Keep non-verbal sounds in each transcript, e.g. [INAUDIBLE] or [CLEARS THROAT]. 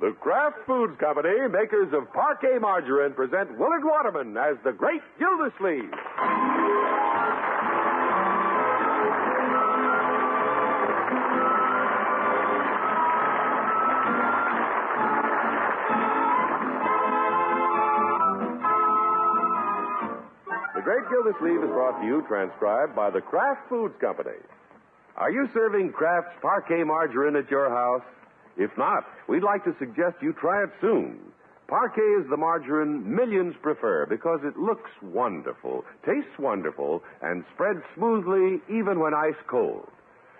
The Kraft Foods Company, makers of parquet margarine, present Willard Waterman as the Great Gildersleeve. The Great Gildersleeve is brought to you, transcribed by the Kraft Foods Company. Are you serving Kraft's parquet margarine at your house? If not, we'd like to suggest you try it soon. Parquet is the margarine millions prefer because it looks wonderful, tastes wonderful, and spreads smoothly even when ice cold.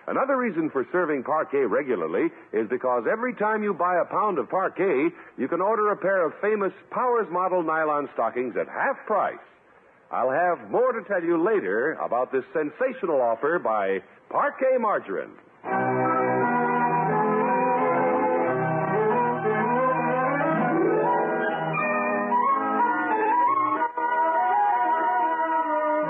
Another reason for serving parquet regularly is because every time you buy a pound of parquet, you can order a pair of famous Powers model nylon stockings at half price. I'll have more to tell you later about this sensational offer by Parquet Margarine.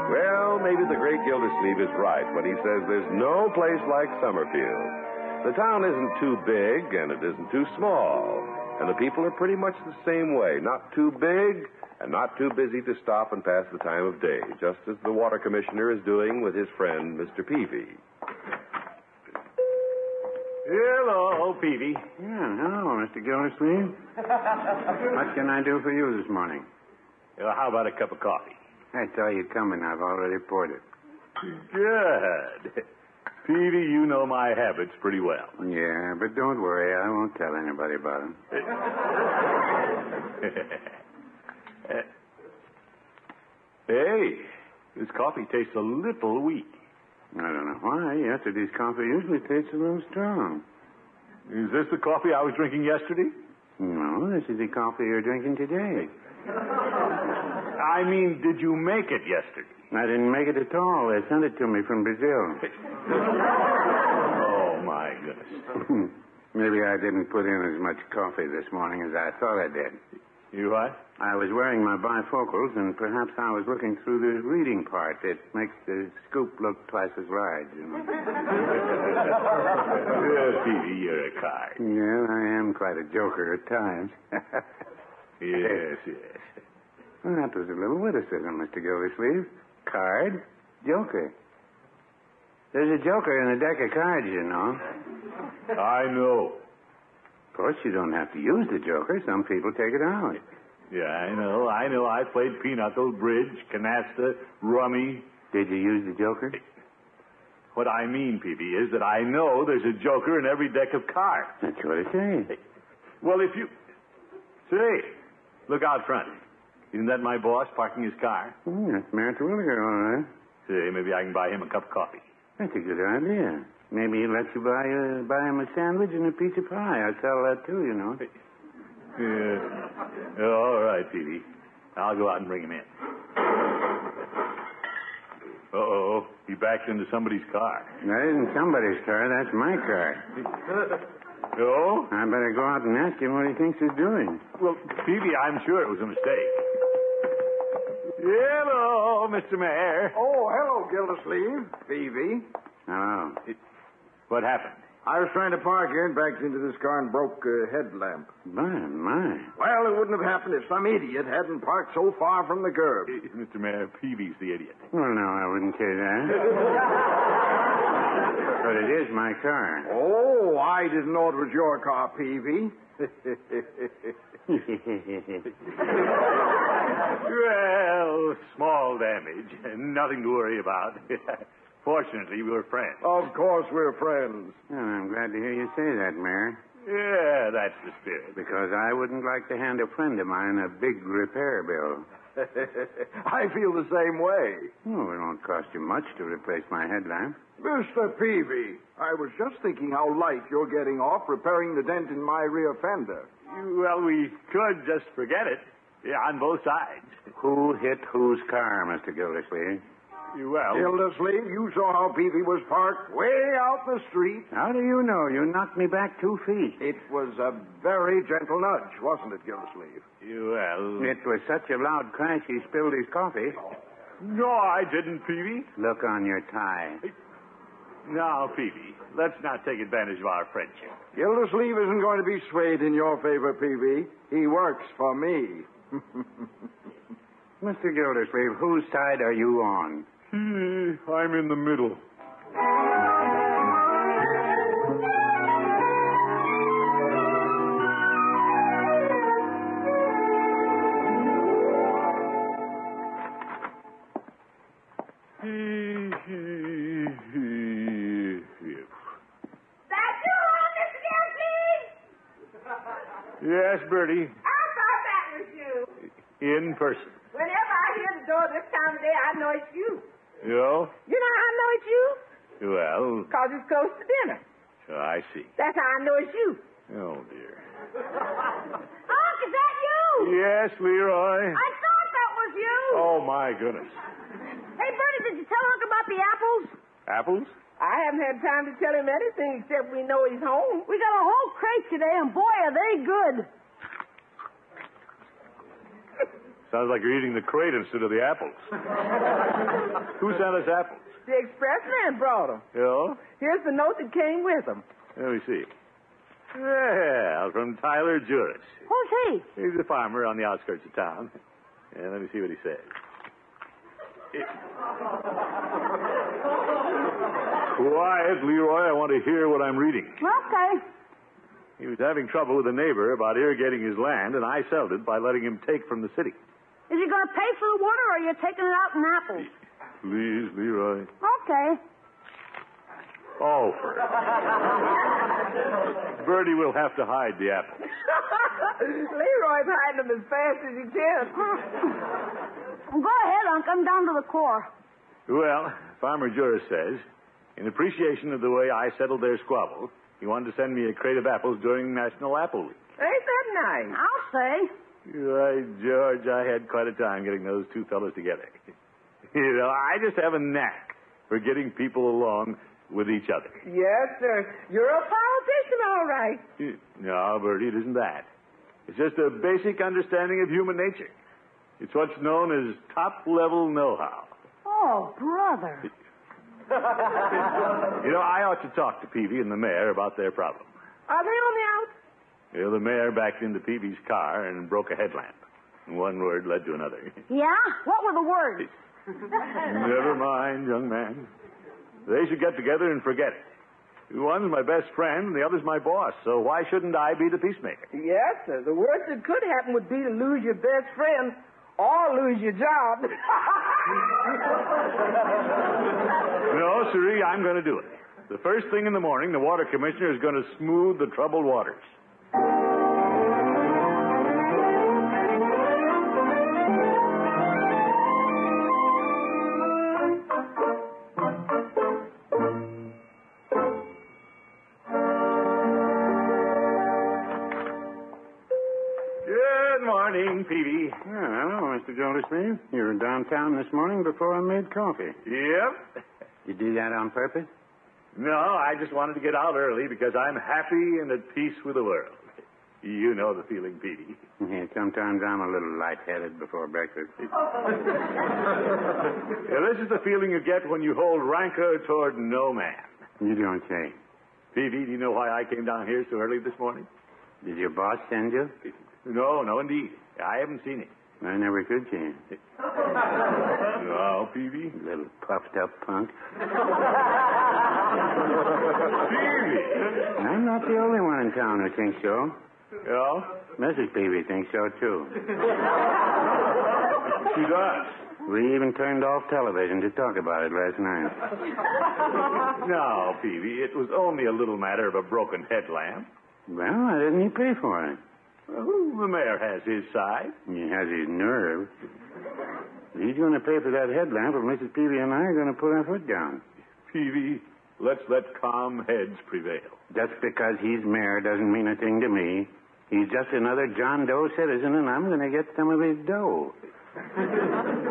Well, maybe the great Gildersleeve is right when he says there's no place like Summerfield. The town isn't too big and it isn't too small. And the people are pretty much the same way. Not too big and not too busy to stop and pass the time of day, just as the water commissioner is doing with his friend, Mr. Peavy. Hello, Peavy. Yeah, hello, Mr. Gildersleeve. what can I do for you this morning? Well, Uh, how about a cup of coffee? I saw you coming. I've already poured it. Good. Peavy, you know my habits pretty well. [LAUGHS] Yeah, but don't worry. I won't tell anybody about it. Hey, this coffee tastes a little weak. I don't know why. Yesterday's coffee usually tastes a little strong. Is this the coffee I was drinking yesterday? No, this is the coffee you're drinking today. I mean, did you make it yesterday? I didn't make it at all. They sent it to me from Brazil. [LAUGHS] Oh, my goodness. Maybe I didn't put in as much coffee this morning as I thought I did. You what? I was wearing my bifocals, and perhaps I was looking through the reading part. It makes the scoop look twice as large. You know. Yeah, Peavy, you're a card. Yeah, I am quite a joker at times. [LAUGHS] Yes, yes. well, that was a little witticism, Mr. Gildersleeve. Card, joker. There's a joker in a deck of cards, you know. I know. Of course, you don't have to use the joker. Some people take it out. Yeah, I know. I know. I played pinochle, bridge, canasta, rummy. Did you use the joker? What I mean, Peavy, is that I know there's a joker in every deck of cards. That's what I say. Well, if you. Say, look out front. Isn't that my boss parking his car? Hmm, that's Merritt Williger, all right. Say, maybe I can buy him a cup of coffee. That's a good idea. Maybe he'll let you buy, uh, buy him a sandwich and a piece of pie. I sell that too, you know. Yeah. All right, Peavy. I'll go out and bring him in. Uh oh. He backed into somebody's car. That isn't somebody's car. That's my car. Oh? I better go out and ask him what he thinks he's doing. Well, Peavy, I'm sure it was a mistake. Hello, Mr. Mayor. Oh, hello, Gildersleeve. Phoebe. Oh, What happened? I was trying to park here and backed into this car and broke a headlamp. my, my. Well, it wouldn't have happened if some idiot hadn't parked so far from the curb. Mr. Mayor, Peavy's the idiot. Well, no, I wouldn't say that. but it is my car. [LAUGHS] Oh, I didn't know it was your car, Peavy. [LAUGHS] Well, small damage. Nothing to worry about. [LAUGHS] Fortunately, we're friends. of course, we're friends. [LAUGHS] well, I'm glad to hear you say that, Mayor, Yeah, that's the spirit. because I wouldn't like to hand a friend of mine a big repair bill. I feel the same way. Oh, it won't cost you much to replace my headlamp. Mr. Peavy, I was just thinking how light you're getting off repairing the dent in my rear fender. Well, we could just forget it. Yeah, on both sides. Who hit whose car, Mr. Gildersleeve? Oh. Well, Gildersleeve, you saw how Peavy was parked way out in the street. How do you know? You knocked me back two feet. It was a very gentle nudge, wasn't it, Gildersleeve? well. It was such a loud crash he spilled his coffee. No, I didn't, Peavy. Look on your tie. Now, Peavy, let's not take advantage of our friendship. Gildersleeve isn't going to be swayed in your favor, Peavy. He works for me. Mr. Gildersleeve, whose side are you [LAUGHS] on? Hmm, I'm in the middle. Ah, Back to home, Mr. Gildersleeve! Yes, Bertie, I thought that was you. in person. Whenever I hear the door this time of day, I know it's you. You know? You know how I know it's you? Well, Because it's close to dinner. I see. That's how I know it's you. [LAUGHS] Oh, dear. Unc, is that you? Yes, Leroy. I thought that was you. Oh, my goodness. Hey, Bertie, did you tell Unc about the apples? Apples? I haven't had time to tell him anything except we know he's home. We got a whole crate today, and boy, are they good. Sounds like you're eating the crate instead of the [LAUGHS] apples. Who sent us apples? The expressman brought them. You know? Here's the note that came with them. Let me see. Well, from Tyler Juris. Who's he? He's a farmer on the outskirts of town. And let me see what he says. [LAUGHS] Quiet, Leroy. I want to hear what I'm reading. Okay. He was having trouble with a neighbor about irrigating his land, and I settled it by letting him take from the city. Is he going to pay for the water, or are you taking it out in apples? Please, Leroy. Okay. [LAUGHS] Oh, for- Bertie will have to hide the [LAUGHS] apple. Leroy's hiding them as fast as he can. Go ahead, Unc. I'm down to the core. Well, Farmer Juris says, in appreciation of the way I settled their squabble, he wanted to send me a crate of apples during National Apple Week. Ain't that nice? I'll say. Why, George, I had quite a time getting those two fellows together. [LAUGHS] You know, I just have a knack for getting people along with each other. Yes, sir. You're a politician, all right. No, Bertie, it isn't that. It's just a basic understanding of human nature. It's what's known as top level know how. Oh, brother. You know, I ought to talk to Peavy and the mayor about their problem. Are they on the out? You know, the mayor backed into Peavy's car and broke a headlamp. One word led to another. Yeah? What were the words? Never mind, young man. They should get together and forget it. One's my best friend, and the other's my boss, so why shouldn't I be the peacemaker? Yes, sir. The worst that could happen would be to lose your best friend or lose your job. No, siree, I'm going to do it. The first thing in the morning, the water commissioner is going to smooth the troubled waters. Good morning, Peavy. Oh, hello, Mr. Gildersleeve. You were downtown this morning before I made coffee. Yep. You do that on purpose? No, I just wanted to get out early because I'm happy and at peace with the world. You know the feeling, Petey. Yeah, sometimes I'm a little lightheaded before breakfast. Yeah, this is the feeling you get when you hold rancor toward no man. You don't say. Petey, do you know why I came down here so early this morning? Did your boss send you? No, no, indeed. I haven't seen him. I never could see him. No, Peavy. Little puffed up punk. Peavy! I'm not the only one in town who thinks so. Yeah, Mrs. Peavy thinks so, too. she does. We even turned off television to talk about it last night. No, Peavy, it was only a little matter of a broken headlamp. Well, why didn't he pay for it? Oh, the mayor has his side. He has his nerve. He's going to pay for that headlamp, or Mrs. Peavy and I are going to put our foot down. Peavy, let's let calm heads prevail. Just because he's mayor doesn't mean a thing to me. He's just another John Doe citizen, and I'm going to get some of his dough.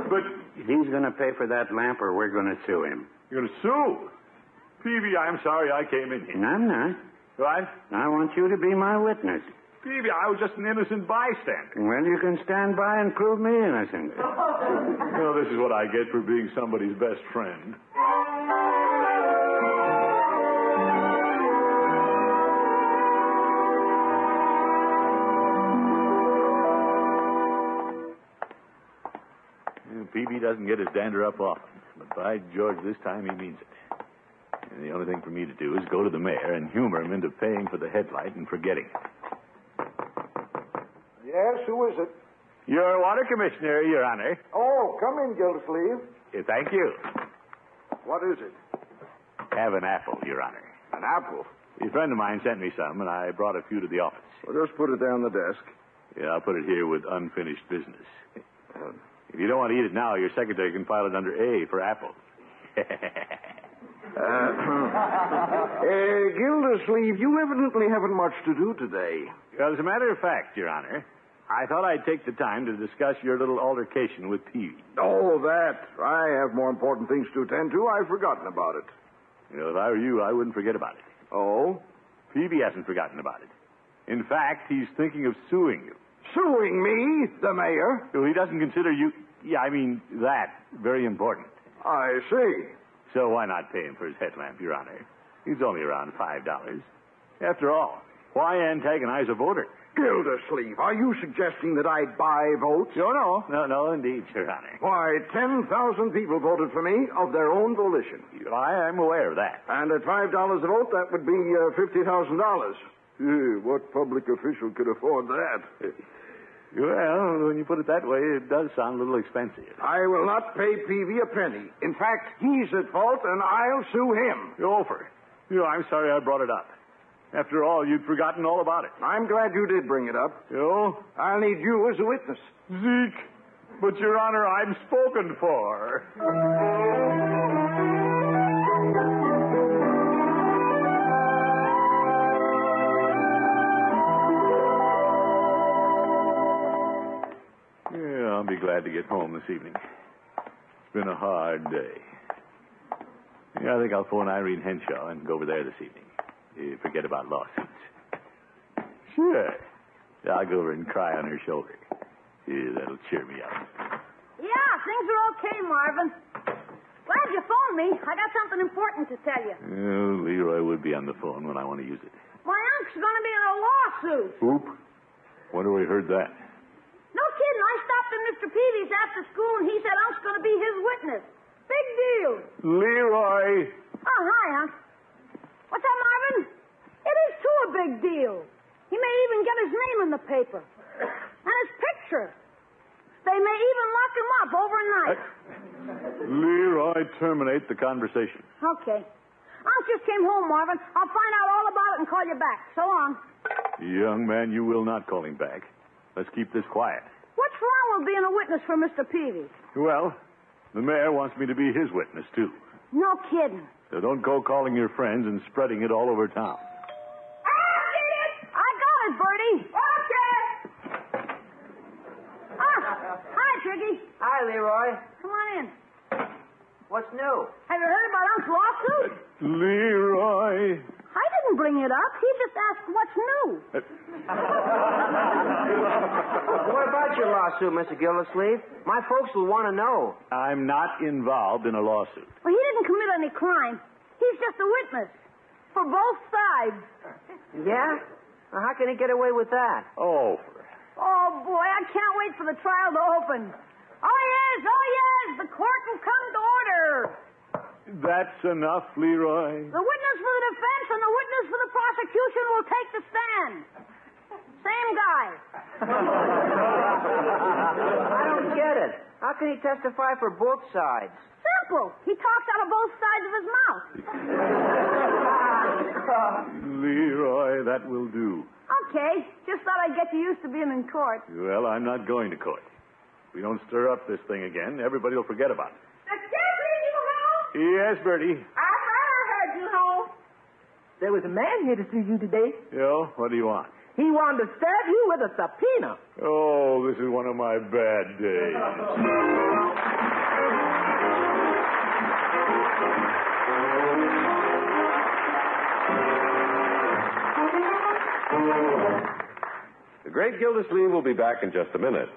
But He's going to pay for that lamp, or we're going to sue him. You're going to sue? Peavy, I'm sorry I came in here. And I'm not. Right? I want you to be my witness. Peavy, I was just an innocent bystander. Well, you can stand by and prove me innocent. You know, this is what I get for being somebody's best friend. Peavy doesn't get his dander up often, but by George, this time he means it. And the only thing for me to do is go to the mayor and humor him into paying for the headlight and forgetting it. [LAUGHS] Yes, who is it? Your water commissioner, Your Honor. Oh, come in, Gildersleeve. Eh, Thank you. What is it? Have an apple, Your Honor. An apple. A friend of mine sent me some, and I brought a few to the office. Well, just put it down the desk. Yeah, I'll put it here with unfinished business. Uh, If you don't want to eat it now, your secretary can file it under A for apple. [CLEARS THROAT] [LAUGHS] Uh, Gildersleeve, you evidently haven't much to do today. well, as a matter of fact, Your Honor, I thought I'd take the time to discuss your little altercation with Peavy. Oh, that. I have more important things to attend to. I've forgotten about it. You know, if I were you, I wouldn't forget about it. Oh? Peavy hasn't forgotten about it. In fact, he's thinking of suing you. Suing me, the mayor? Well, he doesn't consider you, yeah, I mean, that very important. I see. So why not pay him for his headlamp, Your Honor? He's only around $5. After all, why antagonize a voter? Gildersleeve, are you suggesting that I buy votes? No, no. No, no, indeed, Your Honor. Why, 10,000 people voted for me of their own volition. I am aware of that. And at $5 a vote, that would be uh, $50,000. Eh, what public official could afford that? Well, when you put it that way, it does sound a little expensive. I will not pay Peavy a penny. In fact, he's at fault, and I'll sue him. Your offer. You know, I'm sorry I brought it up. After all, you'd forgotten all about it. I'm glad you did bring it up. You know? I'll need you as a witness. Zeke. But, Your Honor, I'm spoken for. Yeah, I'll be glad to get home this evening. It's been a hard day. Yeah, I think I'll phone Irene Henshaw and go over there this evening. Eh, Forget about lawsuits. Sure. I'll go over and cry on her shoulder. Yeah, that'll cheer me up. Yeah, things are okay, Marvin. Glad you phoned me. I got something important to tell you. Oh, Leroy would be on the phone when I want to use it. My unc's going to be in a lawsuit. Oop. Wonder we heard that. No kidding. I stopped at Mr. Peavy's after school, and he said unc's going to be his witness. Big deal. Leroy! Oh, hi, Unc. What's up, Marvin? It is, too, a big deal. He may even get his name in the paper. And his picture. They may even lock him up overnight. Leroy, terminate the conversation. Okay. Unc just came home, Marvin. I'll find out all about it and call you back. So long. Young man, you will not call him back. Let's keep this quiet. What's wrong with being a witness for Mr. Peavy? Well, the mayor wants me to be his witness, too. No kidding. So don't go calling your friends and spreading it all over town. I got it, Bertie. Okay. Ah, hi, Triggy. Hi, Leroy. Come on in. What's new? Have you heard about Unc's lawsuit? Leroy! I didn't bring it up. He just asked what's new. What about your lawsuit, Mr. Gildersleeve? My folks will want to know. I'm not involved in a lawsuit. Well, he didn't commit any crime. He's just a witness for both sides. Yeah? Now, how can he get away with that? Oh, Oh, boy, I can't wait for the trial to open. Oh, yes, oh, yes, the court will come to order. that's enough, Leroy. The witness for the defense and the witness for the prosecution will take the stand. Same guy. I don't get it. How can he testify for both sides? Simple. He talks out of both sides of his mouth. [LAUGHS] Leroy, that will do. Okay, just thought I'd get you used to being in court. Well, I'm not going to court. If we don't stir up this thing again, everybody will forget about it. Deputy, you home? Yes, Bertie. I heard you home. There was a man here to see you today. Yo, what do you want? He wanted to stab you with a subpoena. Oh, this is one of my bad days. The great Gildersleeve will be back in just a minute.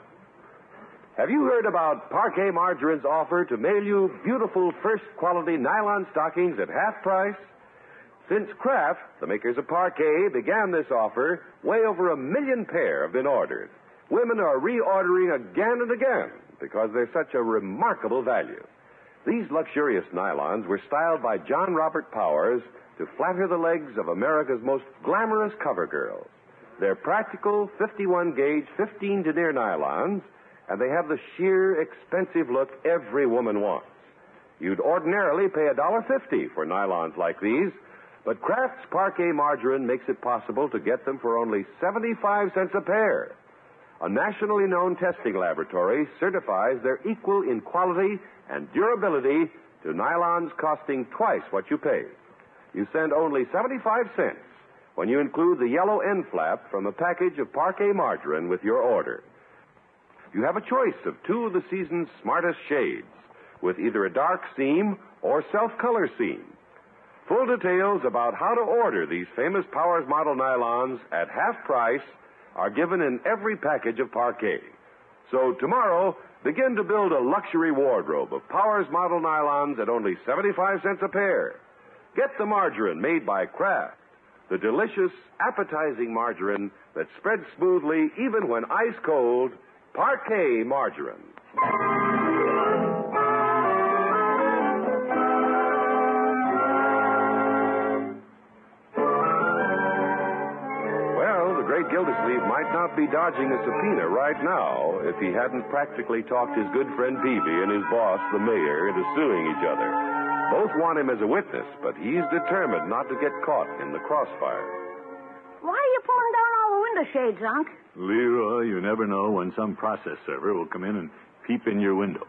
Have you heard about Parquet Margarine's offer to mail you beautiful first quality nylon stockings at half price? Since Kraft, the makers of Parquet, began this offer, way over a million pair have been ordered. Women are reordering again and again. because they're such a remarkable value. These luxurious nylons were styled by John Robert Powers to flatter the legs of America's most glamorous cover girls. They're practical 51 gauge, 15 denier nylons, and they have the sheer, expensive look every woman wants. You'd ordinarily pay $1.50 for nylons like these, but Kraft's parquet margarine makes it possible to get them for only 75 cents a pair. A nationally known testing laboratory certifies they're equal in quality and durability to nylons costing twice what you pay. You send only 75 cents when you include the yellow end flap from a package of parquet margarine with your order. You have a choice of two of the season's smartest shades with either a dark seam or self color seam. Full details about how to order these famous Powers model nylons at half price are given in every package of parquet. So tomorrow, begin to build a luxury wardrobe of Powers model nylons at only 75 cents a pair. Get the margarine made by Kraft, the delicious, appetizing margarine that spreads smoothly even when ice cold, parquet margarine. Well, the great Gildersleeve might not be dodging a subpoena right now if he hadn't practically talked his good friend Peavy and his boss, the mayor, into suing each other. Both want him as a witness, but he's determined not to get caught in the crossfire. Why are you pulling down all the window shades, Unc? Leroy, you never know when some process server will come in and peep in your window.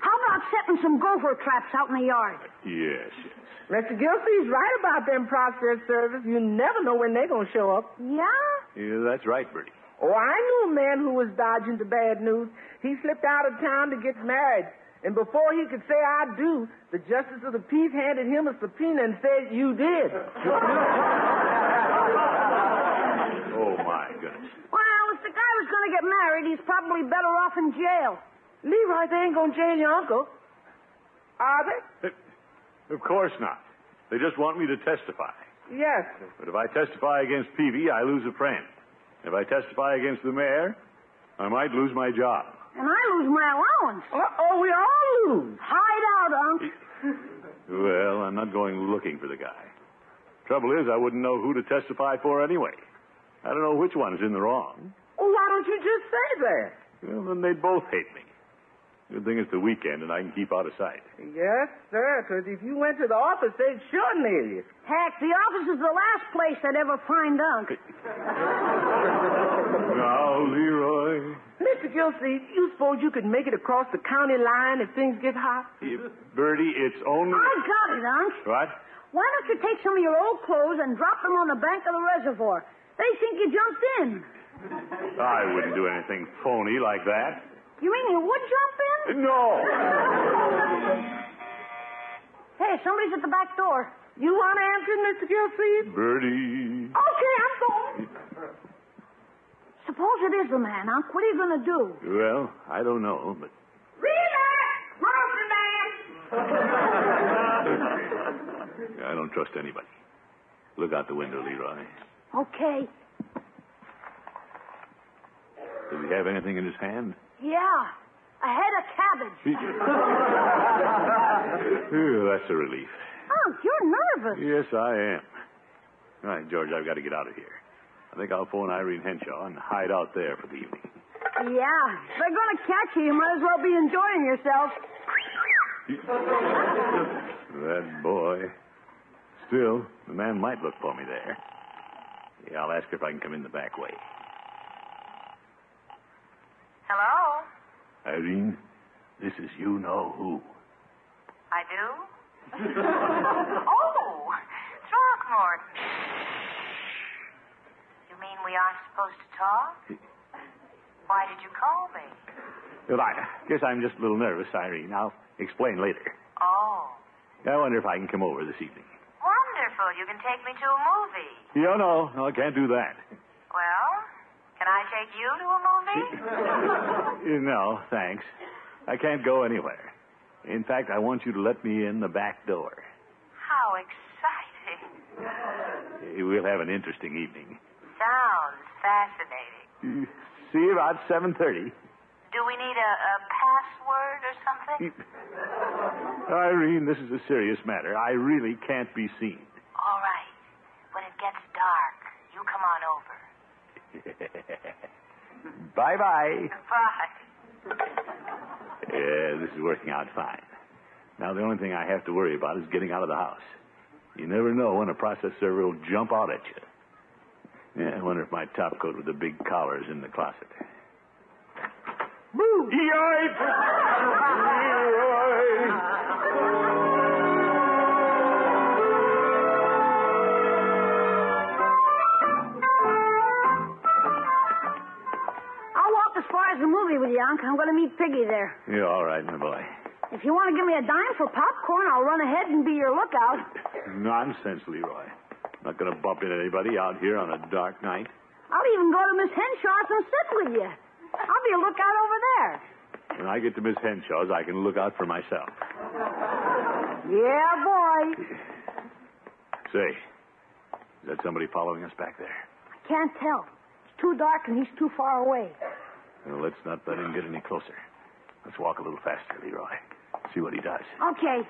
How about setting some gopher traps out in the yard? Yes, yes. Mr. Gilsey's right about them process service. You never know when they're going to show up. Yeah? Yeah, that's right, Bertie. Oh, I knew a man who was dodging the bad news. He slipped out of town to get married. And before he could say, I do, the Justice of the Peace handed him a subpoena and said, You did. Oh, my goodness. Well, if the guy was going to get married, he's probably better off in jail. Leroy, they ain't going to jail your uncle. Are they? Of course not. They just want me to testify. Yes, sir. But if I testify against Peavy, I lose a friend. If I testify against the mayor, I might lose my job. And I lose my allowance. Uh-oh, we all lose. Hide out, Unc. Well, I'm not going looking for the guy. Trouble is, I wouldn't know who to testify for anyway. I don't know which one is in the wrong. Well, Oh, why don't you just say that? Well, then they'd both hate me. Good thing it's the weekend and I can keep out of sight. Yes, sir, because if you went to the office, they'd sure nail you. Heck, the office is the last place they'd ever find Unc. Now, Leroy. Mr. Gilsey, you suppose you could make it across the county line if things get hot? Bertie, it's only. I got it, Unc. What? Why don't you take some of your old clothes and drop them on the bank of the reservoir? They think you jumped in. I wouldn't do anything phony like that. You mean you would jump in? No! Hey, somebody's at the back door. You want to answer, Mr. Gilsey? Bertie. Okay, I'm going. Suppose it is the man, Unc. What are you going to do? Well, I don't know, but I don't trust anybody. Look out the window, Leroy. Okay. Does he have anything in his hand? Yeah. A head of cabbage. Phew, that's a relief. Unc, you're nervous. Yes, I am. All right, George, I've got to get out of here. I think I'll phone Irene Henshaw and hide out there for the evening. Yeah. If they're going to catch you, you might as well be enjoying yourself. That boy. Still, the man might look for me there. Yeah, I'll ask her if I can come in the back way. Hello? Irene, this is you know who. I do? oh, Throckmorton. You mean we aren't supposed to talk? Why did you call me? Well, I guess I'm just a little nervous, Irene. I'll explain later. Oh, I wonder if I can come over this evening. wonderful. You can take me to a movie. No, no, no, I can't do that. Well, can I take you to a movie? No, thanks. I can't go anywhere. In fact, I want you to let me in the back door. How exciting. We'll have an interesting evening. [LAUGHS] Sounds fascinating. See you about seven thirty. Do we need a, a pass Irene, this is a serious matter. I really can't be seen. [LAUGHS] All right. When it gets dark, you come on over. Bye bye. Goodbye. Yeah, this is working out fine. Now, the only thing I have to worry about is getting out of the house. You never know when a process server will jump out at you. Yeah, I wonder if my top coat with the big collar is in the closet. Boo! I'll walk as far as the movie with you, Unc. I'm going to meet Piggy there. You're all right, my boy. If you want to give me a dime for popcorn, I'll run ahead and be your lookout. Nonsense, Leroy. Not going to bump into anybody out here on a dark night. I'll even go to Miss Henshaw's and sit with you. I'll be a lookout over there. When I get to Miss Henshaw's, I can look out for myself. Yeah, boy. Say, is that somebody following us back there? I can't tell. It's too dark and he's too far away. Well, let's not let him get any closer. Let's walk a little faster, Leroy. See what he does. Okay.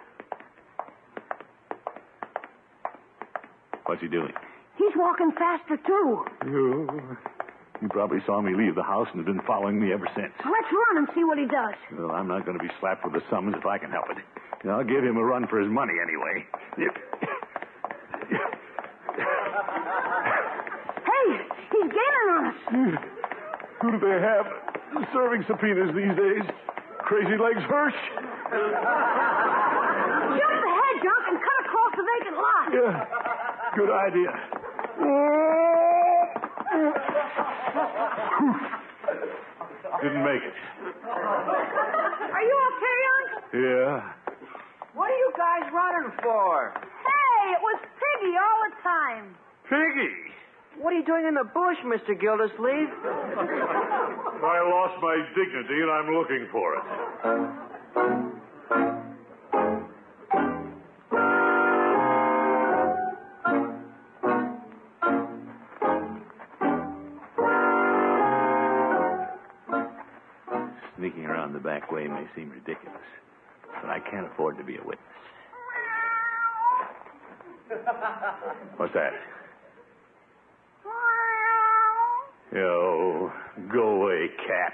What's he doing? He's walking faster, too. You. You probably saw me leave the house and have been following me ever since. Let's run and see what he does. Well, I'm not going to be slapped with the summons if I can help it. And I'll give him a run for his money anyway. Hey, he's gaining on us. Who do they have serving subpoenas these days? Crazy Legs Hirsch? Jump the hedge, Unc, and cut across the vacant lot. Yeah. Good idea. Didn't make it. [LAUGHS] Are you okay, Unc? Yeah. What are you guys running for? Hey, it was Piggy all the time. Piggy! What are you doing in the bush, Mr. Gildersleeve? I lost my dignity and I'm looking for it. Sneaking around the back way may seem ridiculous, but I can't afford to be a witness. What's that? Oh, go away, cat.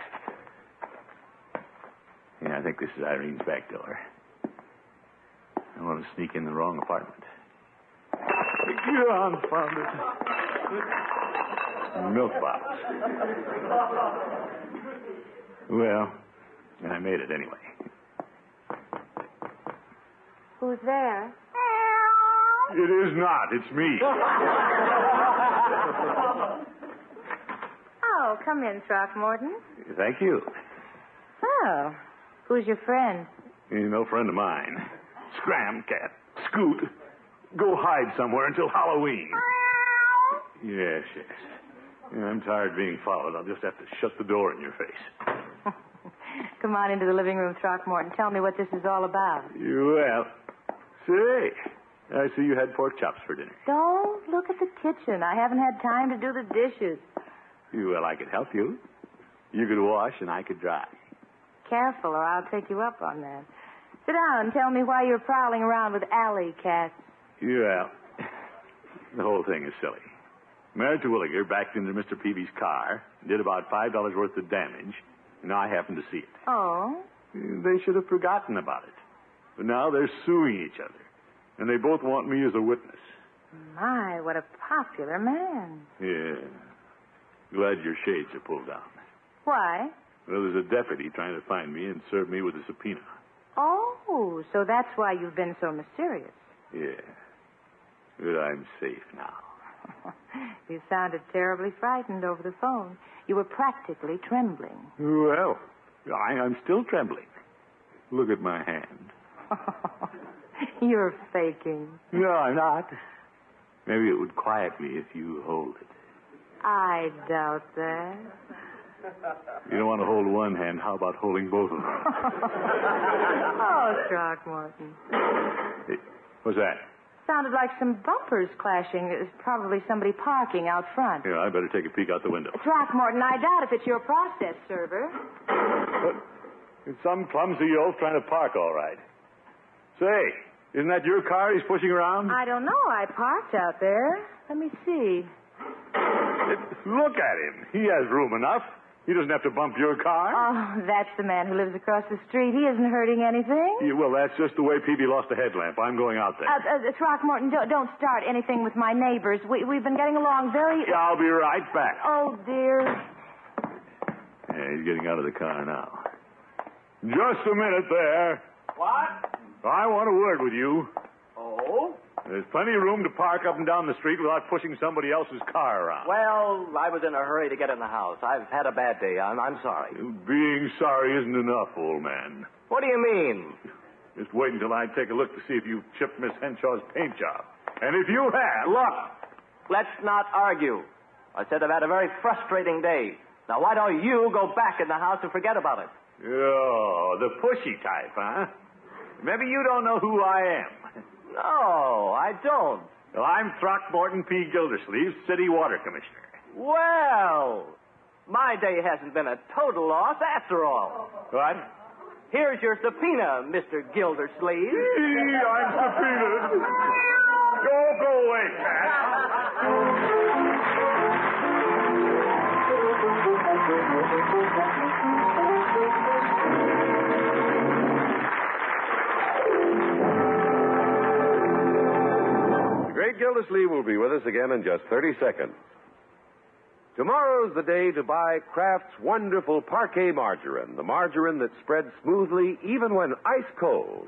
Yeah, I think this is Irene's back door. I want to sneak in the wrong apartment. Confound it. Milk box. Well, I made it anyway. Who's there? It is not. It's me. [LAUGHS] Oh, come in, Throckmorton. Thank you. Oh, who's your friend? He's no friend of mine. Scram, cat. Scoot. Go hide somewhere until Halloween. Yes, yes. Yeah, I'm tired of being followed. I'll just have to shut the door in your face. come on into the living room, Throckmorton. Tell me what this is all about. Well, say, I see you had pork chops for dinner. Don't look at the kitchen. I haven't had time to do the dishes. Well, I could help you. You could wash and I could dry. Careful, or I'll take you up on that. Sit down and tell me why you're prowling around with alley cats. Well, [LAUGHS] the whole thing is silly. Married to Williger backed into Mr. Peavy's car, did about $5 worth of damage, and I happened to see it. Oh, They should have forgotten about it. But now they're suing each other. And they both want me as a witness. my, what a popular man. Yeah. Glad your shades are pulled down. Why? Well, there's a deputy trying to find me and serve me with a subpoena. Oh, so that's why you've been so mysterious. Yeah. But I'm safe now. [LAUGHS] you sounded terribly frightened over the phone. You were practically trembling. [LAUGHS] Well, I, I'm still trembling. Look at my hand. You're faking. No, I'm not. Maybe it would quiet me if you hold it. I doubt that. You don't want to hold one hand. How about holding both [LAUGHS] of them? oh, Throckmorton. Eh, What's that? Sounded like some bumpers clashing. It was probably somebody parking out front. Here, I better take a peek out the window. Throckmorton, I doubt if it's your process server. What? It's some clumsy oaf trying to park, all right. Say, isn't that your car he's pushing around? I don't know. I parked out there. Let me see. It- look at him. He has room enough. He doesn't have to bump your car. Oh, that's the man who lives across the street. He isn't hurting anything. Yeah, well, that's just the way Peavy lost a headlamp. I'm going out there. Uh, uh, Throckmorton, don't, don't start anything with my neighbors. We, we've been getting along very. Yeah, I'll be right back. Oh, dear. Yeah, he's getting out of the car now. Just a minute there. What? I want a word with you. Oh? There's plenty of room to park up and down the street without pushing somebody else's car around. Well, I was in a hurry to get in the house. I've had a bad day. I'm, I'm sorry. Being sorry isn't enough, old man. What do you mean? Just wait until I take a look to see if you've chipped Miss Henshaw's paint job. And if you have. Look, let's not argue. I said I've had a very frustrating day. Now, why don't you go back in the house and forget about it? Oh, the pushy type, huh? Maybe you don't know who I am. No, I don't. Well, I'm Throckmorton P. Gildersleeve, City Water Commissioner. Well, my day hasn't been a total loss after all. What? Here's your subpoena, Mr. Gildersleeve. I'm subpoenaed. Go, go away, The great Gildersleeve will be with us again in just 30 seconds. Tomorrow's the day to buy Kraft's wonderful parquet margarine, the margarine that spreads smoothly even when ice cold.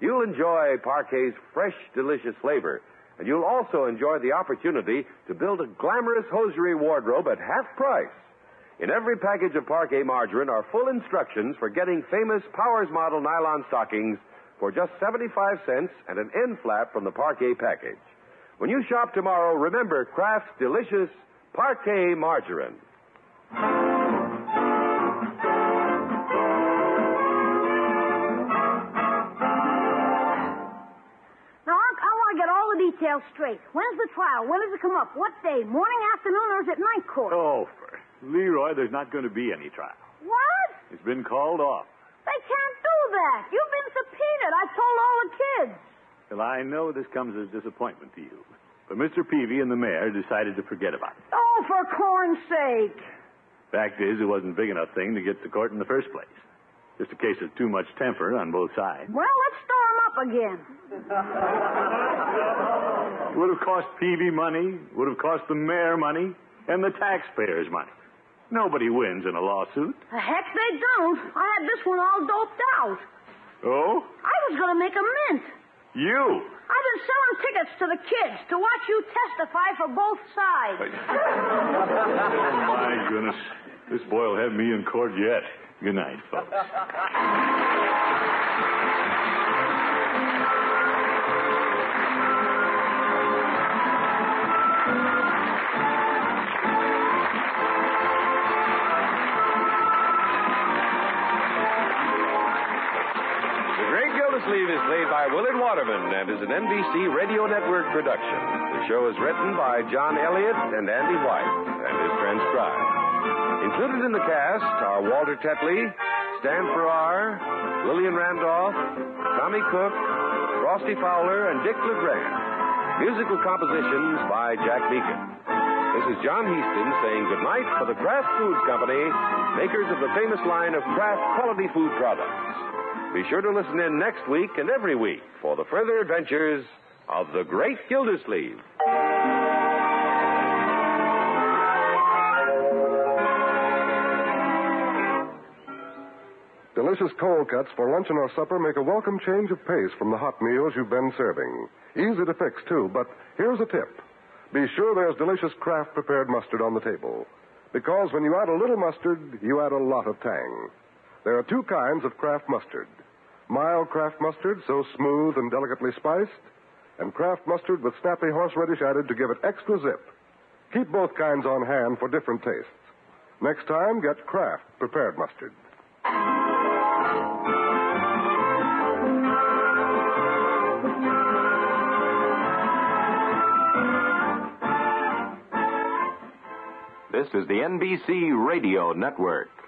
You'll enjoy parquet's fresh, delicious flavor, and you'll also enjoy the opportunity to build a glamorous hosiery wardrobe at half price. In every package of parquet margarine are full instructions for getting famous Powers model nylon stockings for just 75 cents and an end flap from the parquet package. When you shop tomorrow, remember Kraft's delicious parquet margarine. Now, I, I want to get all the details straight. When's the trial? When does it come up? What day? Morning, afternoon, or is it night court? Oh, for Leroy, there's not going to be any trial. What? It's been called off. They can't do that. You've been subpoenaed. I told all the kids. Well, I know this comes as disappointment to you, but Mr. Peavy and the mayor decided to forget about it. Oh, for corn's sake. Fact is, it wasn't a big enough thing to get to court in the first place. Just a case of too much temper on both sides. Well, let's stir 'em up again. It would have cost Peavy money, would have cost the mayor money, and the taxpayers money. Nobody wins in a lawsuit. The heck they don't. I had this one all doped out. Oh? I was going to make a mint. You? I've been selling tickets to the kids to watch you testify for both sides. My goodness. This boy'll have me in court yet. Good night, folks. The Great Gildersleeve is played by Willard Waterman and is an NBC Radio Network production. The show is written by John Elliott and Andy White and is transcribed. Included in the cast are Walter Tetley, Stan Farrar, Lillian Randolph, Tommy Cook, Frosty Fowler, and Dick LeGrand. Musical compositions by Jack Meekin. This is John Heaston saying goodnight for the Kraft Foods Company, makers of the famous line of Kraft quality food products. Be sure to listen in next week and every week for the further adventures of the Great Gildersleeve. Delicious cold cuts for luncheon or supper make a welcome change of pace from the hot meals you've been serving. Easy to fix, too, but here's a tip. Be sure there's delicious Kraft prepared mustard on the table. Because when you add a little mustard, you add a lot of tang. There are two kinds of Kraft mustard mild Kraft mustard, so smooth and delicately spiced, and Kraft mustard with snappy horseradish added to give it extra zip. Keep both kinds on hand for different tastes. Next time, get Kraft prepared mustard. This is the NBC Radio Network.